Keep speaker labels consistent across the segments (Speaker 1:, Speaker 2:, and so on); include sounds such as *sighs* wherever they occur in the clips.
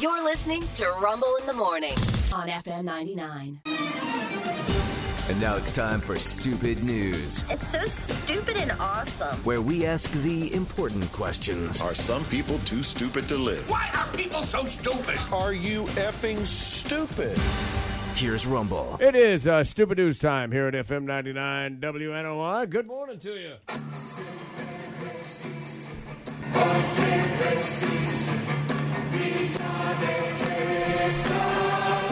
Speaker 1: You're listening to Rumble in the Morning on FM 99.
Speaker 2: And now it's time for Stupid News,
Speaker 3: It's so stupid and awesome.
Speaker 2: where we ask the important questions.
Speaker 4: Are some people too stupid to live?
Speaker 5: Why are people so stupid?
Speaker 6: Are you effing stupid?
Speaker 2: Here's Rumble.
Speaker 7: It is uh, Stupid News time here at FM 99 WNOR. Good morning to you.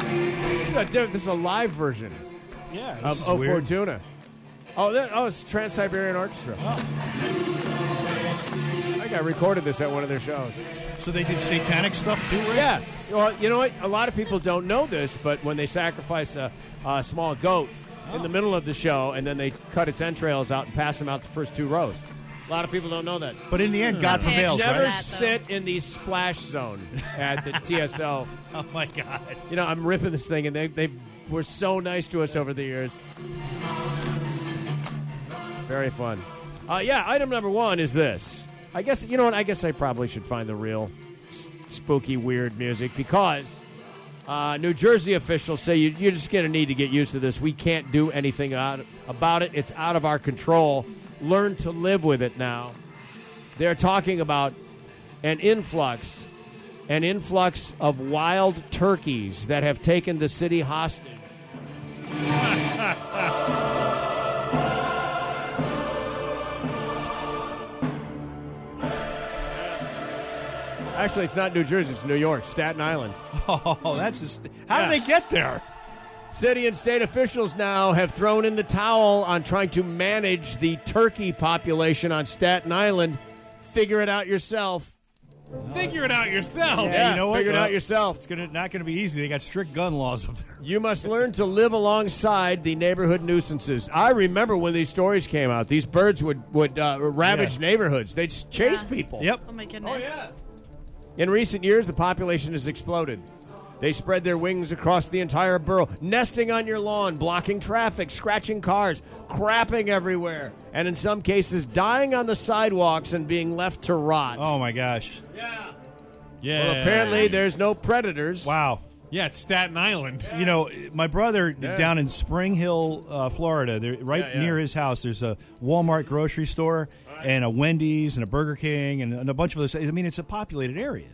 Speaker 7: This is, a, diff- this is a live version
Speaker 8: Yeah,
Speaker 7: of O Fortuna. Oh, that, oh, it's Trans Siberian Orchestra. I think I recorded this at one of their shows.
Speaker 8: So they did satanic stuff too, right?
Speaker 7: Yeah. Well, you know what? A lot of people don't know this, but when they sacrifice a, a small goat in the middle of the show and then they cut its entrails out and pass them out the first two rows, a lot of people don't know that.
Speaker 8: But in the end, God prevails,
Speaker 7: Never
Speaker 8: right?
Speaker 9: that, though.
Speaker 7: sit in the splash zone at the TSL.
Speaker 8: Oh my God!
Speaker 7: You know, I'm ripping this thing, and they they were so nice to us over the years. Very fun. Uh, yeah, item number one is this. I guess you know what. I guess I probably should find the real s- spooky, weird music because uh, New Jersey officials say you, you're just going to need to get used to this. We can't do anything out, about it. It's out of our control. Learn to live with it now. They're talking about an influx an influx of wild turkeys that have taken the city hostage. *laughs* Actually, it's not New Jersey, it's New York, Staten Island.
Speaker 8: Oh, that's just, how
Speaker 7: Yeah.
Speaker 8: did they get there?
Speaker 7: City and state officials now have thrown in the towel on trying to manage the turkey population on Staten Island. Figure it out yourself.
Speaker 8: Figure it out yourself.
Speaker 7: Yeah,
Speaker 8: you know what?
Speaker 7: figure it
Speaker 8: Well,
Speaker 7: out yourself.
Speaker 8: It's gonna not gonna be easy. They got strict gun laws up there.
Speaker 7: You must learn to live alongside the neighborhood nuisances. I remember when these stories came out; these birds would would uh, ravage
Speaker 8: Yeah.
Speaker 7: neighborhoods. They'd s- chase
Speaker 9: Yeah.
Speaker 7: people.
Speaker 8: Yep.
Speaker 9: Oh my goodness.
Speaker 7: In recent years, the population has exploded. They spread their wings across the entire borough, nesting on your lawn, blocking traffic, scratching cars, crapping everywhere, and in some cases, dying on the sidewalks and being left to rot.
Speaker 8: Oh my gosh. Yeah. Yeah.
Speaker 7: Well, apparently, there's no predators.
Speaker 8: Wow.
Speaker 10: Yeah, it's Staten Island.
Speaker 8: You know, my brother down in Spring Hill, uh, Florida, there, right
Speaker 7: Yeah, yeah.
Speaker 8: near his house, there's a Walmart grocery store and a Wendy's and a Burger King and, and a bunch of those. I mean, it's a populated area.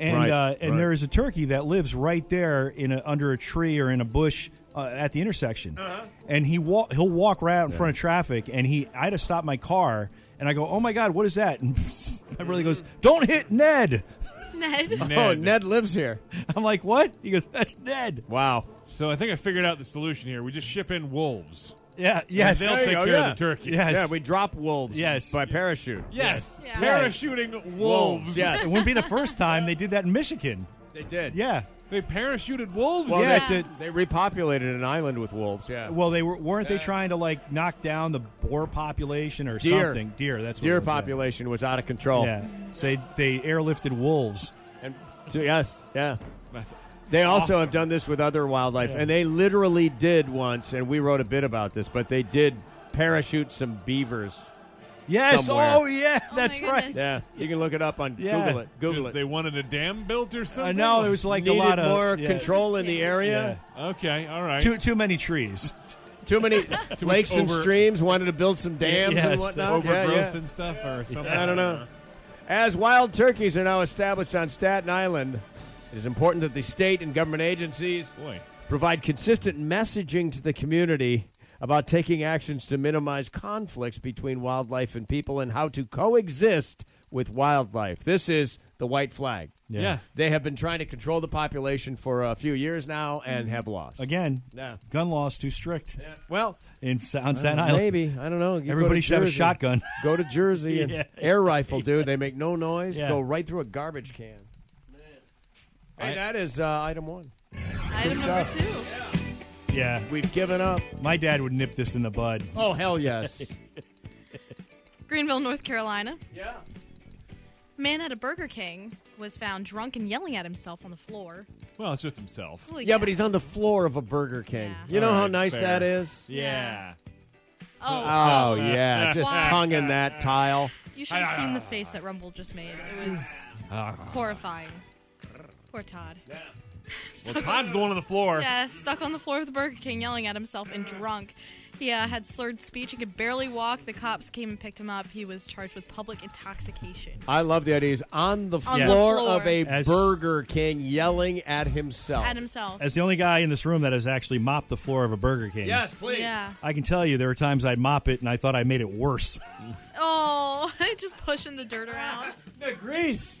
Speaker 8: And,
Speaker 7: Right,
Speaker 8: uh, and
Speaker 7: right.
Speaker 8: there is a turkey that lives right there in a, under a tree or in a bush uh, at the intersection.
Speaker 7: Uh-huh.
Speaker 8: And he wa- he'll walk right out in front of traffic. And he, I had to stop my car and I go, oh my God, what is that? *laughs* And my brother goes, don't hit Ned. *laughs*
Speaker 9: Ned.
Speaker 7: Oh, Ned lives here.
Speaker 8: I'm like, what? He goes, that's Ned.
Speaker 7: Wow.
Speaker 10: So I think I figured out the solution here. We just ship in wolves.
Speaker 8: Yeah, yes.
Speaker 10: They'll
Speaker 7: There you
Speaker 10: take
Speaker 7: go,
Speaker 10: care
Speaker 7: yeah.
Speaker 10: of the turkey.
Speaker 8: Yes.
Speaker 7: Yeah, we drop wolves.
Speaker 8: Yes.
Speaker 7: By parachute.
Speaker 10: Yes.
Speaker 9: Yeah.
Speaker 10: Parachuting wolves.
Speaker 7: Yes.
Speaker 8: It wouldn't be the first time they did that in Michigan.
Speaker 7: They did.
Speaker 8: Yeah.
Speaker 10: They parachuted wolves.
Speaker 7: Well,
Speaker 8: yeah.
Speaker 9: they-
Speaker 8: to-
Speaker 7: They repopulated an island with wolves. Yeah.
Speaker 8: well, they were weren't they trying to like knock down the boar population or
Speaker 7: Deer.
Speaker 8: something? Deer. That's what
Speaker 7: Deer
Speaker 8: it was, yeah.
Speaker 7: population was out of control.
Speaker 8: Yeah. So they, they airlifted wolves.
Speaker 7: And so, yes. Yeah.
Speaker 10: That's-
Speaker 7: They also have done this with other wildlife, and they literally did once, and we wrote a bit about this, but they did parachute some beavers.
Speaker 8: Yes.
Speaker 7: Somewhere.
Speaker 8: Oh yeah.
Speaker 9: Oh, my
Speaker 8: That's right.
Speaker 9: goodness.
Speaker 7: Yeah. You can look it up on
Speaker 8: Yeah.
Speaker 7: Google it. Google it.
Speaker 10: They wanted a dam built or
Speaker 8: I
Speaker 10: something.
Speaker 8: know there was like
Speaker 7: Needed
Speaker 8: a lot of
Speaker 7: more
Speaker 8: yeah.
Speaker 7: control in the area.
Speaker 10: Okay. All right.
Speaker 8: Too too many trees.
Speaker 7: Too many lakes and
Speaker 10: over-
Speaker 7: streams wanted to build some dams
Speaker 8: Yes.
Speaker 7: and whatnot. Yeah,
Speaker 10: Overgrowth
Speaker 7: yeah.
Speaker 10: and stuff or something.
Speaker 7: I don't know. As wild turkeys are now established on Staten Island, it is important that the state and government agencies
Speaker 10: Boy.
Speaker 7: provide consistent messaging to the community about taking actions to minimize conflicts between wildlife and people and how to coexist with wildlife. This is the white flag.
Speaker 8: Yeah.
Speaker 10: Yeah.
Speaker 7: They have been trying to control the population for a few years now and have lost.
Speaker 8: Mm-hmm. Again.
Speaker 7: Yeah.
Speaker 8: Gun laws too strict
Speaker 7: Well,
Speaker 8: in Sa- on Staten Island.
Speaker 7: maybe. I don't know. You go to
Speaker 8: Everybody should have a
Speaker 7: Jersey.
Speaker 8: shotgun.
Speaker 7: Go to Jersey and
Speaker 8: Yeah.
Speaker 7: air rifle, dude. They make no noise.
Speaker 8: Yeah.
Speaker 7: Go right through a garbage can. Hey, that is uh, item one.
Speaker 9: Item number two.
Speaker 8: Yeah.
Speaker 7: We've given up.
Speaker 8: My dad would nip this in the bud.
Speaker 7: Oh
Speaker 10: *laughs*
Speaker 7: hell yes.
Speaker 9: Greenville, North Carolina.
Speaker 7: yeah.
Speaker 9: Man at a Burger King was found drunk and yelling at himself on the floor.
Speaker 10: Well, it's just himself.
Speaker 9: Well,
Speaker 7: Yeah, but he's on the floor of a Burger King.
Speaker 9: Yeah.
Speaker 7: You know
Speaker 10: All
Speaker 7: how
Speaker 10: right,
Speaker 7: nice
Speaker 10: fair.
Speaker 7: that is.
Speaker 10: Yeah.
Speaker 9: Oh,
Speaker 8: Uh,
Speaker 7: Oh
Speaker 10: *laughs*
Speaker 7: yeah, just
Speaker 9: Wow.
Speaker 7: tongue in that tile. *sighs*
Speaker 8: Uh.
Speaker 9: you should have seen the face that Rumble just made. It was horrifying.
Speaker 6: Poor Todd.
Speaker 10: Well, Todd's the one on the floor.
Speaker 6: Yeah, stuck on the floor of the Burger King yelling at himself and drunk. He uh, had slurred speech and could barely walk. The cops came and picked him up. He was charged with public intoxication.
Speaker 7: I love the idea. He's on the
Speaker 6: On the
Speaker 7: floor,
Speaker 6: floor.
Speaker 7: of a
Speaker 8: As-
Speaker 7: Burger King yelling at himself.
Speaker 6: At himself.
Speaker 8: As the only guy in this room that has actually mopped the floor of a Burger King.
Speaker 7: please.
Speaker 6: Yeah.
Speaker 8: I can tell you there were times I'd mop it and I thought I made it worse.
Speaker 9: *laughs*
Speaker 6: Oh, just pushing the dirt around.
Speaker 7: No, Grease.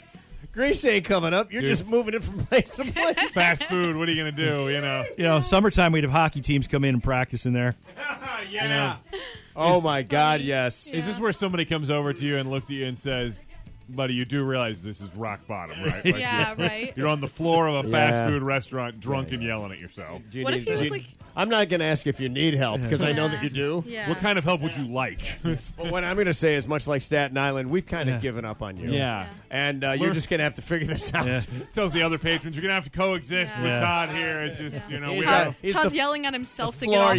Speaker 7: Grease ain't coming up. You're
Speaker 10: Dude.
Speaker 7: just moving it from *laughs* place to place.
Speaker 10: Fast food. What are you going to do? You know.
Speaker 8: You know, summertime we'd have hockey teams come in and practice in there.
Speaker 10: Yeah.
Speaker 7: oh, my God, yes.
Speaker 10: Is this where somebody comes over to you and looks at you and says, "Buddy, you do realize this is rock bottom, right? Like,
Speaker 6: Yeah,
Speaker 10: you're-
Speaker 6: right.
Speaker 10: You're on the floor of a fast
Speaker 7: Yeah.
Speaker 10: food restaurant, drunk and yelling at yourself.
Speaker 7: Do you
Speaker 6: What if
Speaker 7: need
Speaker 6: he
Speaker 7: the-
Speaker 6: was like-
Speaker 7: I'm not going to ask if you need help because I know
Speaker 6: Yeah.
Speaker 7: that you do.
Speaker 6: Yeah.
Speaker 10: What kind of help would you like? *laughs*
Speaker 7: But what I'm going to say is much like Staten Island, we've kind of
Speaker 8: Yeah.
Speaker 7: given up on you.
Speaker 10: Yeah.
Speaker 7: And uh, you're
Speaker 10: We're-
Speaker 7: just going to have to figure this out.
Speaker 8: Yeah.
Speaker 10: Tells the other patrons you're gonna have to coexist
Speaker 6: Yeah.
Speaker 10: with
Speaker 8: Yeah.
Speaker 10: Todd here. It's just you know we
Speaker 7: He's
Speaker 10: have,
Speaker 7: a- he's
Speaker 6: Todd's
Speaker 7: the-
Speaker 6: yelling at himself
Speaker 7: the
Speaker 6: to get off
Speaker 7: floor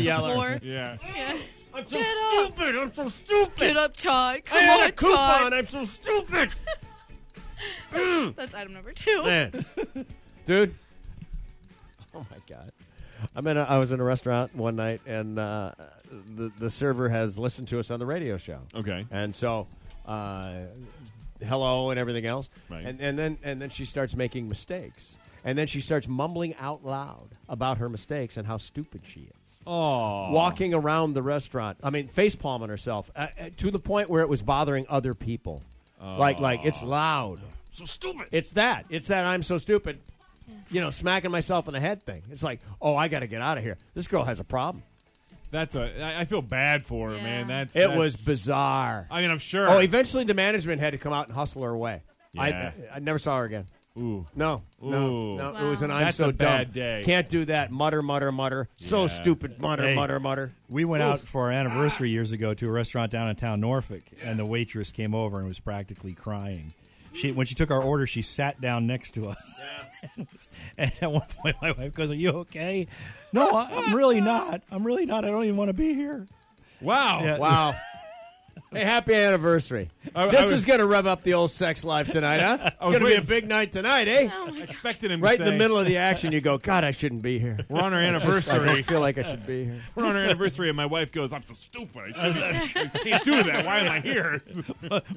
Speaker 6: the floor.
Speaker 7: yeller. *laughs*
Speaker 10: *laughs* yeah.
Speaker 6: Yeah.
Speaker 7: I'm so
Speaker 6: Get up.
Speaker 7: stupid. I'm so stupid.
Speaker 6: Get up, Todd. Come
Speaker 7: I
Speaker 6: on,
Speaker 7: had a coupon.
Speaker 6: Todd.
Speaker 7: I'm so stupid.
Speaker 6: That's item number two.
Speaker 7: Man. Dude. Oh my god. I'm in a, I was in a restaurant one night and uh, the the server has listened to us on the radio show.
Speaker 10: Okay.
Speaker 7: And so uh, hello and everything else.
Speaker 10: Right.
Speaker 7: And and then and then she starts making mistakes. And then she starts mumbling out loud about her mistakes and how stupid she is.
Speaker 10: Oh.
Speaker 7: Walking around the restaurant, I mean, face palming herself uh, uh, to the point where it was bothering other people. Like, like it's loud.
Speaker 10: So stupid.
Speaker 7: It's that. It's that I'm so stupid. You know, smacking myself in the head thing. It's like, oh, I got to get out of here. This girl has a problem.
Speaker 10: That's a. I, I feel bad for her,
Speaker 6: Yeah.
Speaker 10: man. That's
Speaker 7: It
Speaker 10: that's-
Speaker 7: was bizarre.
Speaker 10: I mean, I'm sure.
Speaker 7: Oh, eventually the management had to come out and hustle her away.
Speaker 10: Yeah.
Speaker 7: I, I never saw her again.
Speaker 10: Ooh.
Speaker 7: No, no,
Speaker 10: Ooh.
Speaker 7: no. It
Speaker 6: Wow.
Speaker 7: was an I'm
Speaker 10: That's
Speaker 7: so
Speaker 10: a bad
Speaker 7: dumb.
Speaker 10: day.
Speaker 7: Can't do that. Mutter, mutter, mutter. So
Speaker 10: Yeah.
Speaker 7: stupid. Mutter,
Speaker 8: Hey.
Speaker 7: mutter, mutter.
Speaker 8: We went
Speaker 10: Oh,
Speaker 8: out for our anniversary years ago to a restaurant down in town Norfolk, and the waitress came over and was practically crying. She when she took our order, she sat down next to us. *laughs* and at one point, my wife goes, "Are you okay?" No, I- I'm really not. I'm really not. I don't even want to be here.
Speaker 10: Wow.
Speaker 8: Yeah.
Speaker 7: Wow. *laughs* hey, happy anniversary.
Speaker 10: I- I
Speaker 7: this
Speaker 10: was-
Speaker 7: is going to rev up the old sex life
Speaker 10: *laughs*
Speaker 7: tonight, huh? It's
Speaker 10: was
Speaker 7: going to be a
Speaker 10: waiting-
Speaker 7: big night tonight, eh?
Speaker 6: Oh my
Speaker 10: Expected him to
Speaker 7: Right in the
Speaker 10: say,
Speaker 7: middle of the action, you go, God, I shouldn't be here.
Speaker 10: We're on our
Speaker 7: *laughs* Just, I
Speaker 10: anniversary.
Speaker 7: don't feel like I should be here.
Speaker 10: We're on our anniversary, and my wife goes, "I'm so stupid. I, shouldn't- I can't do that. Why am I here?"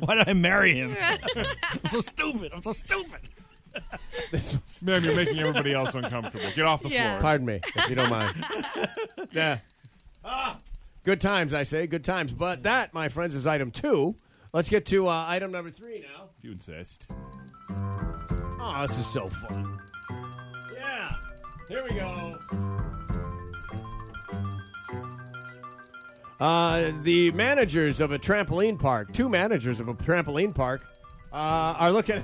Speaker 8: Why did I marry him? I'm so stupid. I'm so stupid.
Speaker 10: *laughs* Ma'am, you're making everybody else uncomfortable. Get off the
Speaker 6: Yeah.
Speaker 10: floor.
Speaker 7: Pardon me, if you don't mind. yeah. Ah, good times, I say. Good times. But that, my friends, is item two. Let's get to uh, item number three now.
Speaker 10: If you insist.
Speaker 7: Oh, this is so fun. Yeah. Here we go. Uh, the managers of a trampoline park, two managers of a trampoline park, uh, are looking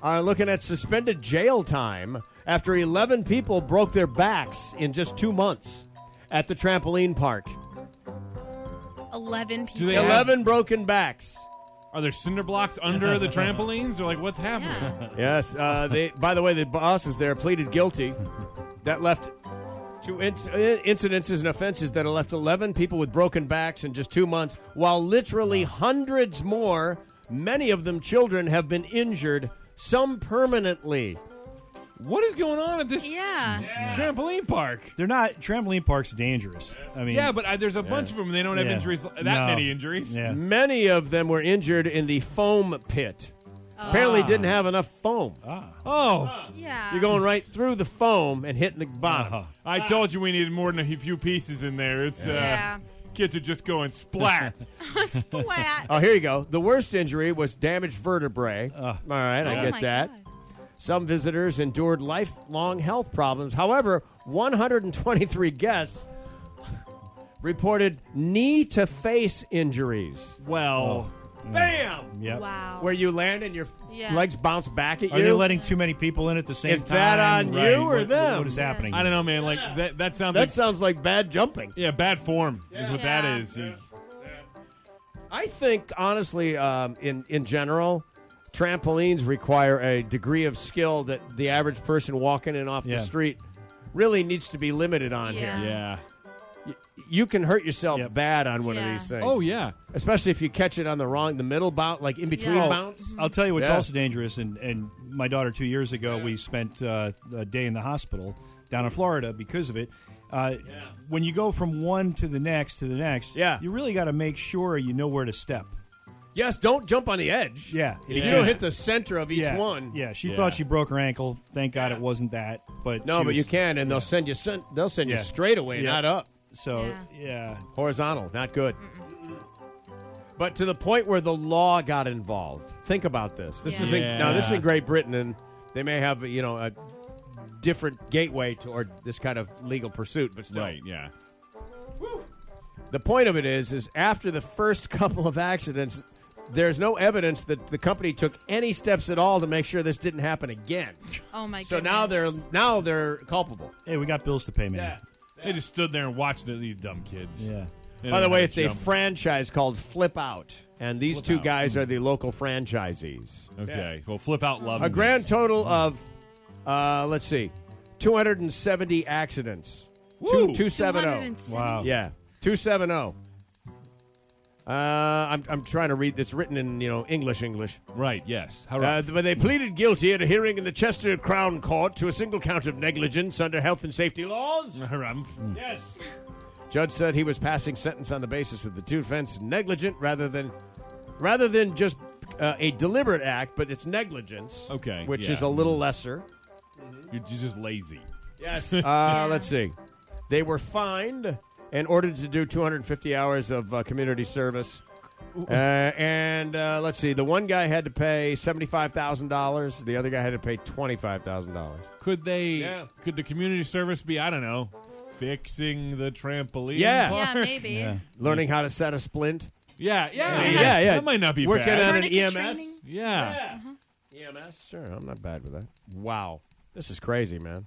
Speaker 7: are looking at suspended jail time after 11 people broke their backs in just two months at the trampoline park.
Speaker 6: 11 people.
Speaker 10: they Yeah. have-
Speaker 7: 11 broken backs.
Speaker 10: Are there cinder blocks under the trampolines, or like what's happening?
Speaker 6: Yeah.
Speaker 7: Yes. Uh, they. By the way, the bosses there pleaded guilty. That left two inc- uh, incidences and offenses that have left 11 people with broken backs in just two months, while literally hundreds more, many of them children, have been injured, some permanently.
Speaker 10: What is going on at this
Speaker 6: Yeah.
Speaker 10: trampoline park?
Speaker 8: They're not trampoline parks dangerous. I mean,
Speaker 10: Yeah, but I, there's a bunch of them. and They don't have
Speaker 8: yeah.
Speaker 10: injuries. That
Speaker 8: No.
Speaker 10: many injuries.
Speaker 8: Yeah.
Speaker 7: Many of them were injured in the foam pit. Apparently, didn't have enough foam.
Speaker 10: Oh,
Speaker 6: Yeah.
Speaker 7: You're going right through the foam and hitting the bottom.
Speaker 8: Uh-huh.
Speaker 10: I told you we needed more than a few pieces in there. It's uh,
Speaker 6: Yeah. *laughs*
Speaker 10: kids are just going
Speaker 7: *laughs*
Speaker 10: splat.
Speaker 6: Splat.
Speaker 7: Oh, here you go. The worst injury was damaged vertebrae. All right, I
Speaker 6: Oh
Speaker 7: get
Speaker 6: my
Speaker 7: that.
Speaker 6: God.
Speaker 7: Some visitors endured lifelong health problems. However, 123 guests reported knee to face injuries. Oh.
Speaker 10: well,
Speaker 7: Bam!
Speaker 8: yeah.
Speaker 6: Wow.
Speaker 7: Where you land and your
Speaker 6: Oh. Yeah.
Speaker 7: legs bounce back at
Speaker 8: Are
Speaker 7: you.
Speaker 8: they letting too many people in at the same
Speaker 7: Is
Speaker 8: time?
Speaker 7: that on you or
Speaker 8: What-
Speaker 7: them?
Speaker 8: What is
Speaker 6: Yeah.
Speaker 8: happening?
Speaker 10: I don't know, man. Like that. That sounds
Speaker 7: that
Speaker 10: like
Speaker 7: sounds like bad jumping.
Speaker 10: yeah, bad form is what
Speaker 6: Yeah.
Speaker 10: that is. You-
Speaker 7: I think, honestly, um, in in general, trampolines require a degree of skill that the average person walking in off
Speaker 8: Yeah.
Speaker 7: the street really needs to be limited on
Speaker 6: Yeah.
Speaker 7: here.
Speaker 10: Yeah.
Speaker 7: you can hurt yourself
Speaker 8: Yep.
Speaker 7: bad on one
Speaker 6: Yeah.
Speaker 7: of these things.
Speaker 10: Oh yeah.
Speaker 7: especially if you catch it on the wrong, the middle bounce, like in between
Speaker 6: Oh.
Speaker 7: bounce.
Speaker 8: I'll tell you what's
Speaker 7: Yeah.
Speaker 8: also dangerous. And, and my daughter, two years ago, we spent uh, a day in the hospital down in Florida because of it. Uh, When you go from one to the next to the next,
Speaker 7: Yeah.
Speaker 8: you really got to make sure you know where to step.
Speaker 7: Yes, don't jump on the edge.
Speaker 8: Yeah.
Speaker 7: if
Speaker 8: Yeah.
Speaker 7: you don't hit the center of each
Speaker 8: yeah,
Speaker 7: one.
Speaker 8: Yeah, she
Speaker 10: Yeah.
Speaker 8: thought she broke her ankle. Thank God it wasn't that. But
Speaker 7: No,
Speaker 8: she
Speaker 7: but
Speaker 8: was-
Speaker 7: you can, and they'll send you sen- they'll send
Speaker 8: Yeah.
Speaker 7: you straight away,
Speaker 8: Yeah.
Speaker 7: not up,
Speaker 8: So
Speaker 6: Yeah.
Speaker 8: yeah,
Speaker 7: horizontal, not good. But to the point where the law got involved. Think about this. This
Speaker 6: Yeah.
Speaker 7: is in, now this is
Speaker 10: Yeah.
Speaker 7: in Great Britain, and they may have you know a different gateway toward this kind of legal pursuit, but still.
Speaker 10: Right. Yeah.
Speaker 7: The point of it is, is after the first *laughs* couple of accidents, there's no evidence that the company took any steps at all to make sure this didn't happen again.
Speaker 6: Oh my
Speaker 7: So now they're
Speaker 6: goodness.
Speaker 7: now they're culpable.
Speaker 8: hey, we got bills to pay, man.
Speaker 10: They just stood there and watched the, these dumb kids.
Speaker 8: Yeah.
Speaker 10: They
Speaker 7: By
Speaker 10: don't
Speaker 7: the way,
Speaker 10: have
Speaker 7: it's a
Speaker 10: jump.
Speaker 7: franchise called Flip Out, and these
Speaker 10: Flip
Speaker 7: two
Speaker 10: Out. Hmm.
Speaker 7: guys are the local franchisees.
Speaker 10: Okay. Well, flip out love.
Speaker 7: A grand total of, uh, let's see, 270 accidents. Two,
Speaker 10: Woo.
Speaker 7: 270.
Speaker 6: 270.
Speaker 8: Wow.
Speaker 7: Yeah, two seven zero. I'm I'm trying to read. It's written in you know English English.
Speaker 10: Right. Yes. How
Speaker 7: Uh,
Speaker 10: rough.
Speaker 7: but they pleaded guilty at a hearing in the Chester Crown Court to a single count of negligence under health and safety laws.
Speaker 10: Harumph.
Speaker 7: Yes. Judge said he was passing sentence on the basis of the two offenses negligent rather than rather than just uh, a deliberate act, but it's negligence.
Speaker 10: Okay,
Speaker 7: Which
Speaker 10: yeah.
Speaker 7: is a little lesser.
Speaker 10: You're you're just lazy.
Speaker 7: Yes. Uh, Let's see. They were fined and ordered to do 250 hours of uh, community service. Uh, and uh, let's see. The one guy had to pay seventy-five thousand dollars. The other guy had to pay twenty-five thousand dollars.
Speaker 10: Could they?
Speaker 7: Yeah.
Speaker 10: Could the community service be? I don't know. Fixing the trampoline.
Speaker 7: Yeah.
Speaker 10: part?
Speaker 6: Yeah, maybe.
Speaker 7: *laughs* Learning
Speaker 10: Mm.
Speaker 7: how to set a splint.
Speaker 10: yeah. Yeah.
Speaker 7: Yeah, yeah.
Speaker 10: That might not be
Speaker 7: Working
Speaker 10: bad.
Speaker 7: on an
Speaker 6: Tourniquet
Speaker 7: EMS.
Speaker 6: training?
Speaker 10: yeah.
Speaker 7: EMS. Sure, I'm not bad with that. Wow, this is crazy, man.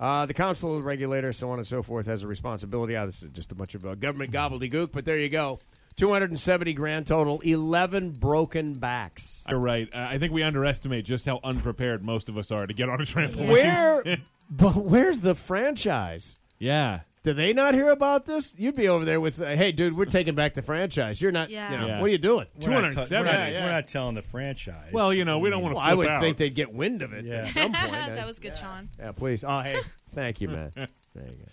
Speaker 7: Uh, the council regulator, so on and so forth, has a responsibility. Ah, this is just a bunch of uh, government gobbledygook, but there you go. 270 grand total, 11 broken backs.
Speaker 10: You're right. Uh, I think we underestimate just how unprepared most of us are to get on a trampoline. *laughs*
Speaker 7: Where, but where's the franchise?
Speaker 10: Yeah.
Speaker 7: Did they not hear about this? You'd be over there with, uh, hey, dude, we're taking back the franchise. You're not,
Speaker 6: Yeah.
Speaker 7: you know,
Speaker 10: Yeah.
Speaker 7: what are you doing?
Speaker 8: We're not t- We're
Speaker 10: 270.
Speaker 8: not,
Speaker 10: Yeah, yeah.
Speaker 8: we're not telling the franchise.
Speaker 10: Well, you know, we don't want to.
Speaker 7: Well, I would think they'd get wind of it
Speaker 8: Yeah.
Speaker 6: *laughs*
Speaker 7: at some point.
Speaker 6: that was good, Sean.
Speaker 7: yeah, please. Oh, hey, thank
Speaker 10: *laughs*
Speaker 7: you, man. There you go.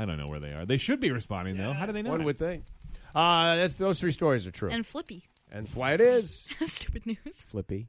Speaker 10: I don't know where they are. They should be responding though. How do they know?
Speaker 7: One
Speaker 10: it?
Speaker 7: would think. Uh, that's, those three stories are true.
Speaker 6: And Flippy. *laughs*
Speaker 7: That's why it is.
Speaker 6: Stupid news.
Speaker 7: Flippy.